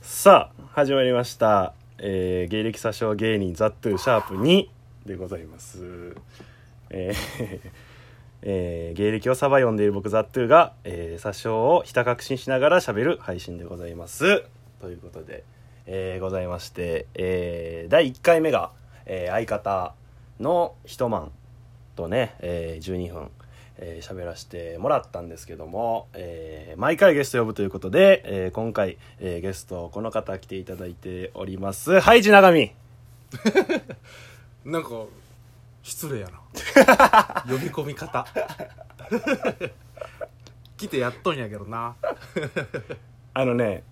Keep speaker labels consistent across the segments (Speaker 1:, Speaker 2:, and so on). Speaker 1: さあ始まりました、えー芸歴詐称芸人ザットゥシャープ2でございますえー えー芸歴をサバ読んでいる僕ザットゥが、えー、詐称をひた隠しにしながら喋る配信でございますということで、えーございまして、えー第1回目が、えー相方の一晩とね、えー12分えー喋らせてもらったんですけども、えー毎回ゲスト呼ぶということで、えー今回、えーゲストこの方来ていただいておりますハイジ長見
Speaker 2: なんか失礼やな 呼び込み方来てやっとんやけどな
Speaker 1: あのね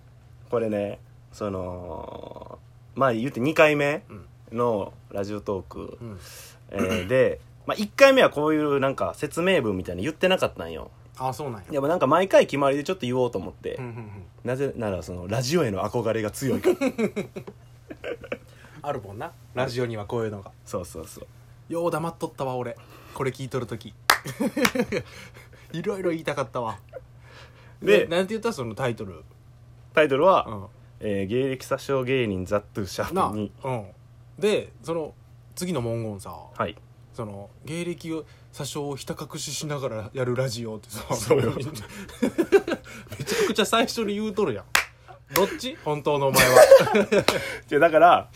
Speaker 1: これねそのまあ言って2回目
Speaker 2: うん
Speaker 1: のラジオトーク、
Speaker 2: うん
Speaker 1: えーで、まあ、1回目はこういうなんか説明文みたいに言ってなかったんよ
Speaker 2: あそうなんや
Speaker 1: でもなんか毎回決まりでちょっと言おうと思って、
Speaker 2: うんうんうん
Speaker 1: なぜならそのラジオへの憧れが強いから
Speaker 2: あるもんなラジオにはこういうのが
Speaker 1: そうそうそう
Speaker 2: よう黙っとったわ俺これ聞いとる 時いろいろ言いたかったわ
Speaker 1: で
Speaker 2: でなんて言ったそのタイトル
Speaker 1: タイトルは、
Speaker 2: うん
Speaker 1: えー芸歴詐称芸人ザットゥシャ
Speaker 2: な
Speaker 1: ー
Speaker 2: あ
Speaker 1: プに
Speaker 2: うんでその次の文言さ
Speaker 1: はい
Speaker 2: その芸歴を詐称をひた隠ししながらやるラジオってさ
Speaker 1: そうよ
Speaker 2: めちゃくちゃ最初に言うとるやんどっち本当のお前 は
Speaker 1: でだから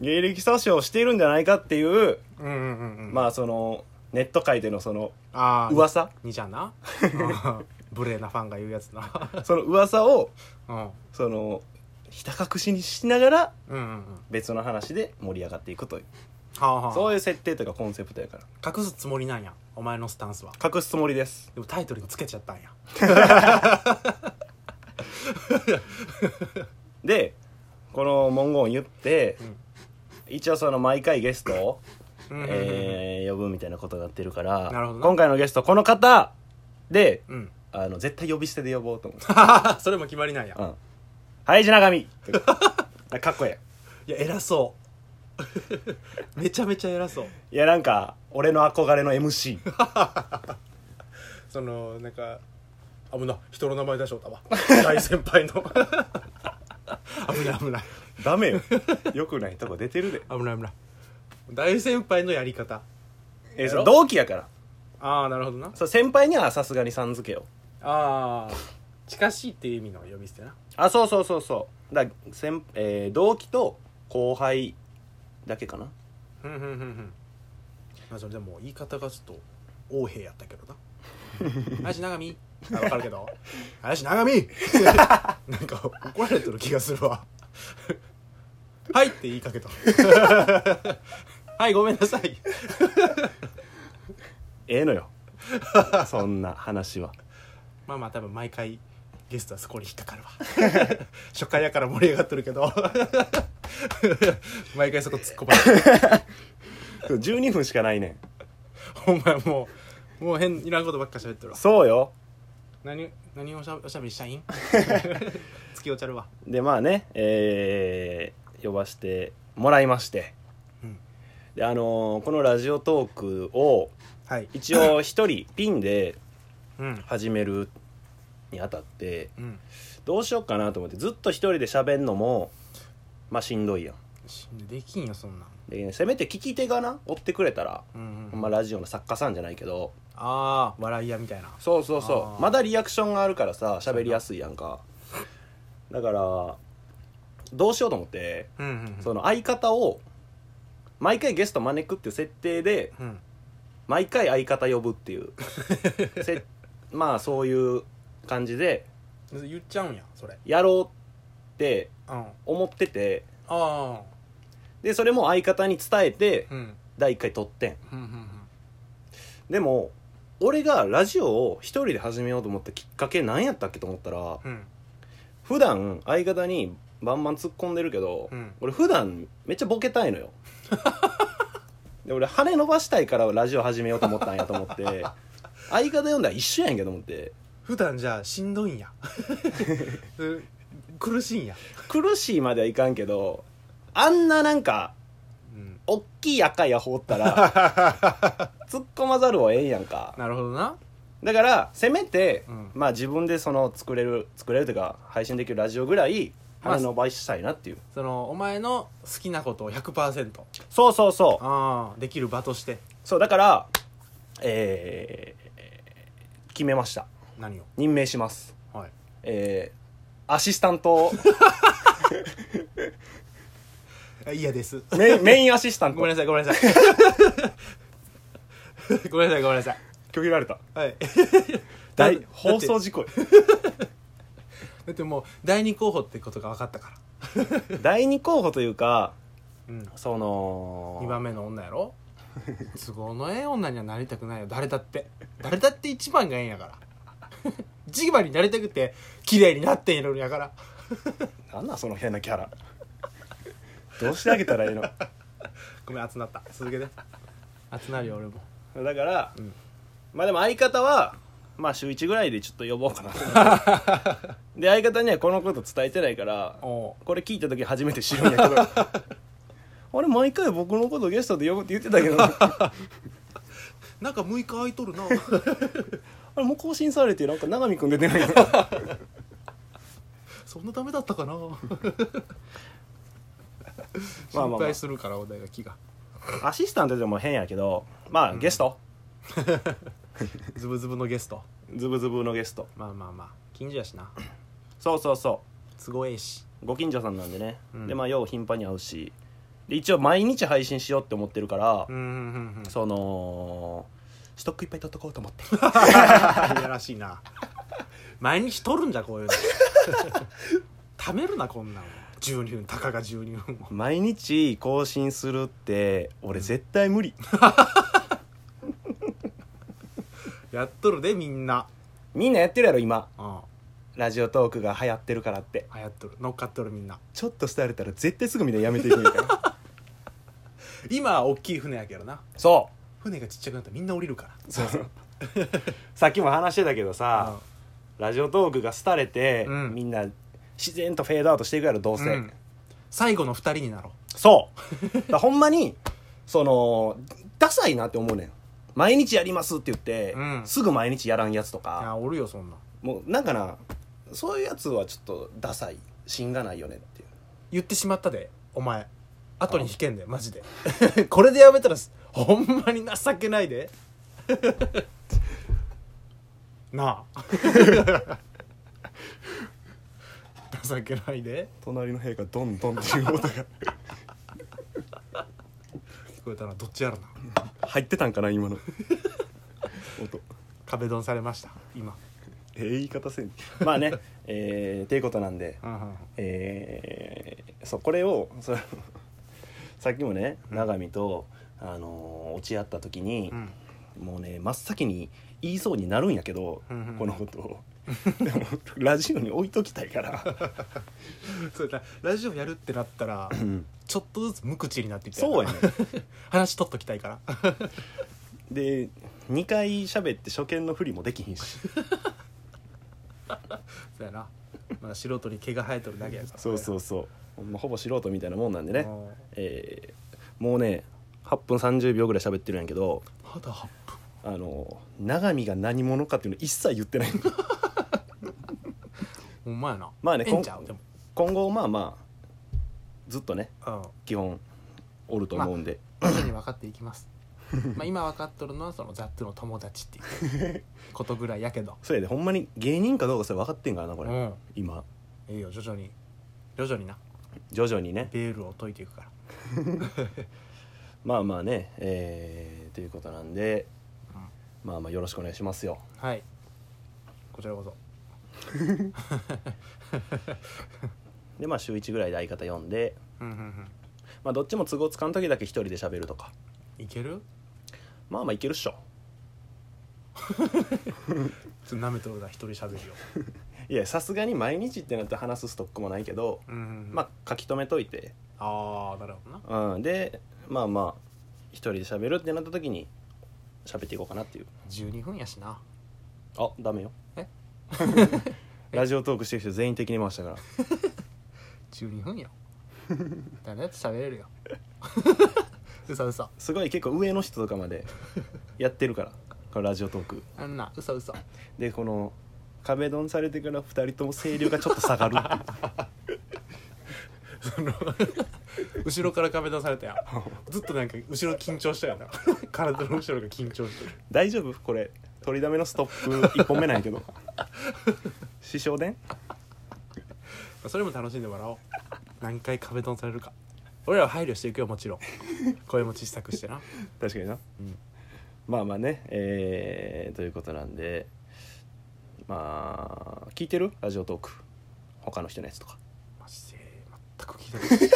Speaker 1: 芸歴詐称をしているんじゃないかっていう、
Speaker 2: うんうんうんうん
Speaker 1: まあそのネット界でのその
Speaker 2: あー
Speaker 1: 噂
Speaker 2: にじゃんな うん無礼なファンが言うやつな
Speaker 1: その噂を
Speaker 2: うんうん
Speaker 1: そのひた隠しにしながら
Speaker 2: うんうん
Speaker 1: 別の話で盛り上がっていくという
Speaker 2: はあはあ
Speaker 1: そういう設定というかコンセプトやから
Speaker 2: 隠すつもりなんやお前のスタンスは
Speaker 1: 隠すつもりです
Speaker 2: でもタイトルにつけちゃったんや
Speaker 1: でこの文言を言って、一応その毎回ゲストを、
Speaker 2: うんうんうん
Speaker 1: えー呼ぶみたいなことになってるから
Speaker 2: なるほどな
Speaker 1: 今回のゲストこの方で
Speaker 2: うん
Speaker 1: あの絶対呼び捨てで呼ぼうと思って
Speaker 2: それも決まりなんや
Speaker 1: うん。はい、品神かっこえ
Speaker 2: いや偉そう めちゃめちゃ偉そう
Speaker 1: え。いや、なんか、俺の憧れの MC。
Speaker 2: そのなんか危な人の名前出しよった わ大先輩の 危ない危ない
Speaker 1: ダメよ。よくないとこ出てるで。
Speaker 2: 危ない危ない大先輩のやり方
Speaker 1: えそれ同期やから。
Speaker 2: ああなるほどな
Speaker 1: そう先輩にはさすがにさん付けよ。
Speaker 2: ああ近しいっていう意味の呼び捨てな
Speaker 1: あ、そうそうそうそう。だ先、えー同期と後輩だけかな。
Speaker 2: ふんふんふんふんまあそれでも言い方がちょっと横兵やったけ どな林永見あ分かるけ ど林永 見なんか怒られてる気がするわはいって言いか けたはいごめんなさい
Speaker 1: ええのよ。そんな話は。
Speaker 2: まあまあ多分毎回ゲストはそこに引っかかるわ 初回やから盛り上がってるけど 毎回そこ突っ込まれる
Speaker 1: 12分しかないねん。
Speaker 2: お前もうもう変いらんことばっか喋ってるわ
Speaker 1: そうよ。
Speaker 2: 何何をしゃおしゃべりしたいん 月おちゃるわ
Speaker 1: で、まあね、えー呼ばしてもらいまして。
Speaker 2: うん
Speaker 1: で、あのーこのラジオトークを、
Speaker 2: はい
Speaker 1: 一 応一人ピンで
Speaker 2: うん
Speaker 1: 始めるにあたって
Speaker 2: うん
Speaker 1: どうしようかなと思ってずっと一人で喋んのもまあしんどいやん
Speaker 2: しできんよそんなん
Speaker 1: でせめて聞き手がな追ってくれたら、
Speaker 2: うん
Speaker 1: ほんまラジオの作家さんじゃないけど
Speaker 2: ああ笑い屋みたいな
Speaker 1: そうそうそ
Speaker 2: あ
Speaker 1: う
Speaker 2: ー
Speaker 1: まだリアクションがあるからさ喋りやすいやんかだからどうしようと思って
Speaker 2: うんうん
Speaker 1: その相方を毎回ゲスト招くっていう設定で
Speaker 2: うん
Speaker 1: 毎回相方呼ぶって いうせまあそういう感じで
Speaker 2: うん言っちゃうんやそれ
Speaker 1: やろうって
Speaker 2: うんあ
Speaker 1: 思ってて
Speaker 2: あ
Speaker 1: でそれも相方に伝えて
Speaker 2: うん
Speaker 1: 第1回撮ってん
Speaker 2: うんうん
Speaker 1: でも俺がラジオを一人で始めようと思ったきっかけ何やったっけと思ったら
Speaker 2: うん
Speaker 1: 普段相方にバンバン突っ込んでるけど、
Speaker 2: うん
Speaker 1: 俺普段めっちゃボケたいの よで俺羽伸ばしたいからラジオ始めようと思ったんやと思って相方呼んだら一緒やんけと思って
Speaker 2: 普段じゃあしんどいんや うん苦しいんや
Speaker 1: 苦しいまではいかんけどあんななんか
Speaker 2: うん
Speaker 1: おっきい赤いアホおった ら突っ込まざるをええんやんか
Speaker 2: なるほどな
Speaker 1: だからせめて、
Speaker 2: うん
Speaker 1: まあ自分でその作れる作れるというか配信できるラジオぐらい羽伸ばしたいなっていう、
Speaker 2: そのお前の好きなことを100%
Speaker 1: そうそうそう
Speaker 2: ああできる場として
Speaker 1: そうだからえー決めました
Speaker 2: 何を
Speaker 1: 任命します
Speaker 2: はい
Speaker 1: えーアシスタント
Speaker 2: え嫌です
Speaker 1: メイン メインアシスタン
Speaker 2: ご
Speaker 1: ト
Speaker 2: めんなさいごめんな さいごめんなさいごめんなさい
Speaker 1: 拒否られた
Speaker 2: はい
Speaker 1: 大
Speaker 2: だ
Speaker 1: 放送事故や
Speaker 2: だってもう第二候補ってことが分かったから
Speaker 1: 第二候補というか
Speaker 2: うん
Speaker 1: その
Speaker 2: 2番目の女やろ 都合のええ女にはなりたくないよ誰だって誰だって一番がええんやから 一番になりたくて綺麗になっているんやから
Speaker 1: なんなんその変なキャラどうしてあげたらいいのだ
Speaker 2: ごめん熱なった続けて熱なるよ俺も
Speaker 1: から、
Speaker 2: うん
Speaker 1: まあでも相方はまあ週1ぐらいでちょっと呼ぼうかな で相方にはこのこと伝えてないから
Speaker 2: お
Speaker 1: これ聞いた時初めて知るんやけどあれ毎回僕のことゲストで呼ぶって言ってたけどな
Speaker 2: なんか6日空いとる な
Speaker 1: あれもう更新されてなんか永見君出てないよな
Speaker 2: そんなダメだった かな
Speaker 1: まあまあまあ
Speaker 2: 心配するからお題が気が
Speaker 1: アシスタントでも変やけどまあゲスト、
Speaker 2: ズブズブのゲスト
Speaker 1: ズブズブのゲスト
Speaker 2: まあまあまあ近所やしな
Speaker 1: そうそうそ
Speaker 2: 都合ええし
Speaker 1: うご近所さんなんでね、
Speaker 2: うん
Speaker 1: でまあよう頻繁に会うしで一応毎日配信しようって思ってるから、
Speaker 2: うんうんうんうん
Speaker 1: そのストックいっぱい取っとこうと思って
Speaker 2: いやらしいな毎日取るんじゃこういうの貯めるなこんなん12分たかが12分も
Speaker 1: 毎日更新するって俺絶対無理
Speaker 2: やっとるでみんな
Speaker 1: みんなやってるやろ今
Speaker 2: うん
Speaker 1: ラジオトークが流行ってるからって
Speaker 2: 流行っとる乗っかっとるみんな
Speaker 1: ちょっと廃れたら絶対すぐみんなやめていくみたいな
Speaker 2: 今は大きい船やけどな
Speaker 1: そ
Speaker 2: 船がちっちゃくなったらみんな降りるから
Speaker 1: うそうそう さっきも話してたけど
Speaker 2: うん
Speaker 1: さ、ラジオトークが廃れて、
Speaker 2: うん
Speaker 1: みんな自然とフェードアウトしていくやろどうせ、
Speaker 2: うん最後の二人になろ
Speaker 1: そうだからほんまにそのダサいなって思うねん毎日やりますって言って、
Speaker 2: うん
Speaker 1: すぐ毎日やらんやつと
Speaker 2: うい
Speaker 1: か
Speaker 2: やおるよそんなん
Speaker 1: もうなんかなそういうやつはちょっとダサい芯がないよねっていう
Speaker 2: 言ってしまったでお前後に引けんでマジで これでやめたらすほんまに情けないで なあ 情けないで
Speaker 1: 隣の部がどんどんっていう音が
Speaker 2: 聞こえたらどっちやろな
Speaker 1: 入ってたんかな 今の音
Speaker 2: 壁ドンされました今
Speaker 1: ええ言い方せんまあねえー、っていうことなんで
Speaker 2: うんうん
Speaker 1: えー、そうこれをそのさっきもね永見と、あのー落ち合った時に、
Speaker 2: うん
Speaker 1: もうね真っ先に言いそうになるんやけど、
Speaker 2: うんうん
Speaker 1: このことをでもラジオに置いときたいから
Speaker 2: そうだラジオやるってなったらちょっとずつ無口になってきて
Speaker 1: そうやね
Speaker 2: 話取っときたいから
Speaker 1: で2回喋って初見のふりもできひんし
Speaker 2: そうやなまだ素人に毛が生えとるだけやから
Speaker 1: そうそうそうほんまほぼ素人みたいなもんなんでね、
Speaker 2: うん
Speaker 1: えーもうね8分30秒ぐらい喋ってるんやけど
Speaker 2: まだ8分
Speaker 1: あの永見が何者かっていうの一切言って ない
Speaker 2: ほんまやな
Speaker 1: まあね
Speaker 2: ええんちゃうでも
Speaker 1: 今後まあまあずっとね
Speaker 2: うん
Speaker 1: 基本おると思うんで、
Speaker 2: 徐々に分かっていきます まあ今分かっとるのはそのザットの友達っていうことぐらいやけど
Speaker 1: それでほんまに芸人かどうかそれ分かってんからなこ
Speaker 2: う
Speaker 1: れ、
Speaker 2: ん
Speaker 1: 今
Speaker 2: いいよ徐々に徐々にな
Speaker 1: 徐々にね
Speaker 2: ベールを解いていくから
Speaker 1: まあまあねえー、ということなんで、まあまあよろしくお願いしますよ
Speaker 2: はいこちらこそ
Speaker 1: でまあ週1ぐらいで相方呼んで
Speaker 2: うんうんうん
Speaker 1: まあどっちも都合つかん時だけ一人で喋るとか
Speaker 2: いける
Speaker 1: まあまあいけるっしょ
Speaker 2: ちょっと舐めとるな一人喋るよ
Speaker 1: いやさすがに毎日ってなって話すストックもないけど、
Speaker 2: うんうんうん
Speaker 1: まあ書き留めといて、
Speaker 2: ああなるほどな
Speaker 1: うん、でまあまあ一人で喋るってなった時に喋っていこうかなっていう
Speaker 2: 12分やしな
Speaker 1: あダメよ
Speaker 2: え
Speaker 1: ラジオトークしてる人全員敵に回したから
Speaker 2: 12分 よ誰だって喋れるよ嘘嘘
Speaker 1: すごい結構上の人とかまでやってるからこのラジオトーク
Speaker 2: あんな嘘嘘
Speaker 1: でこの壁ドンされてから2人とも声量がちょっと下がるっていう
Speaker 2: その 後ろから壁出され たやんずっとなんか後ろ緊張したよな 体の後ろが緊張してる
Speaker 1: 大丈夫これ取りだめのストップ1本目なんやけど師匠伝
Speaker 2: それも楽しんでもらおう何回壁ドンされるか俺らは配慮していくよもちろん声も小さくしてな
Speaker 1: 確かにな、
Speaker 2: うん
Speaker 1: まあまあねえーということなんでまあ聞いてるラジオトーク他の人のやつとか
Speaker 2: マジで全く聞いたことない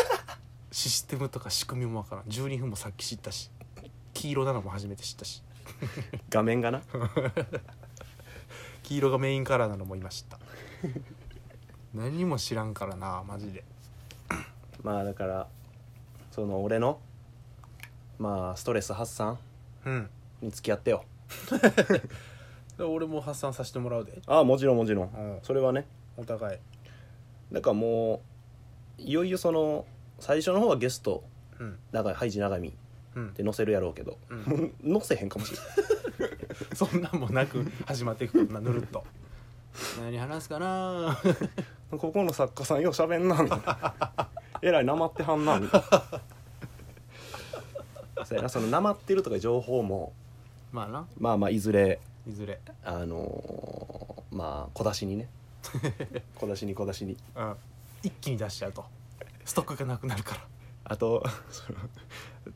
Speaker 2: システムとか仕組みもわからん12分もさっき知ったし黄色なのも初めて知ったし
Speaker 1: 画面がな
Speaker 2: 黄色がメインカラーなのもいました何も知らんからなマジで
Speaker 1: まあだからその俺のまあストレス発散
Speaker 2: うん
Speaker 1: に付き合ってよ
Speaker 2: 俺も発散させてもらうで
Speaker 1: ああもちろんもちろん、
Speaker 2: ん
Speaker 1: それはね
Speaker 2: お互い
Speaker 1: だからもういよいよその最初の方はゲスト
Speaker 2: うん
Speaker 1: 長いハイジ長見
Speaker 2: うん
Speaker 1: で載せるやろうけ ど、
Speaker 2: う
Speaker 1: 載せへんかもしれない
Speaker 2: そんなんもなく始まっていくからなぬるっと何話すかな
Speaker 1: ここの作家さんようしゃべんなみたい なえらいなまってはんなみたいなそうやなそのなまってるとか情報も
Speaker 2: まあな
Speaker 1: まあまあいずれ
Speaker 2: いずれ
Speaker 1: あのーまあ小出しにね小出しに小出しに
Speaker 2: うん一気に出しちゃうとストックがなくなるから
Speaker 1: あと その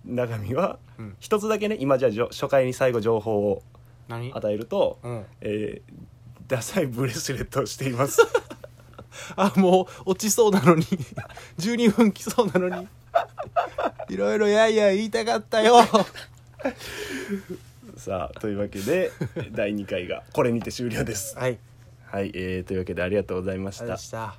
Speaker 1: 中身は
Speaker 2: うん
Speaker 1: 一つだけね今じゃあじょ初回に最後情報を
Speaker 2: 何
Speaker 1: 与えると、
Speaker 2: うん
Speaker 1: えーダサいブレスレットをしています
Speaker 2: あもう落ちそうなのに 12分きそうなのにいろいろやいや言いたかったよ
Speaker 1: さあというわけで第2回がこれにて終了です
Speaker 2: はい
Speaker 1: はい、えーというわけでありがとうございま
Speaker 2: あ
Speaker 1: し
Speaker 2: れで
Speaker 1: た
Speaker 2: した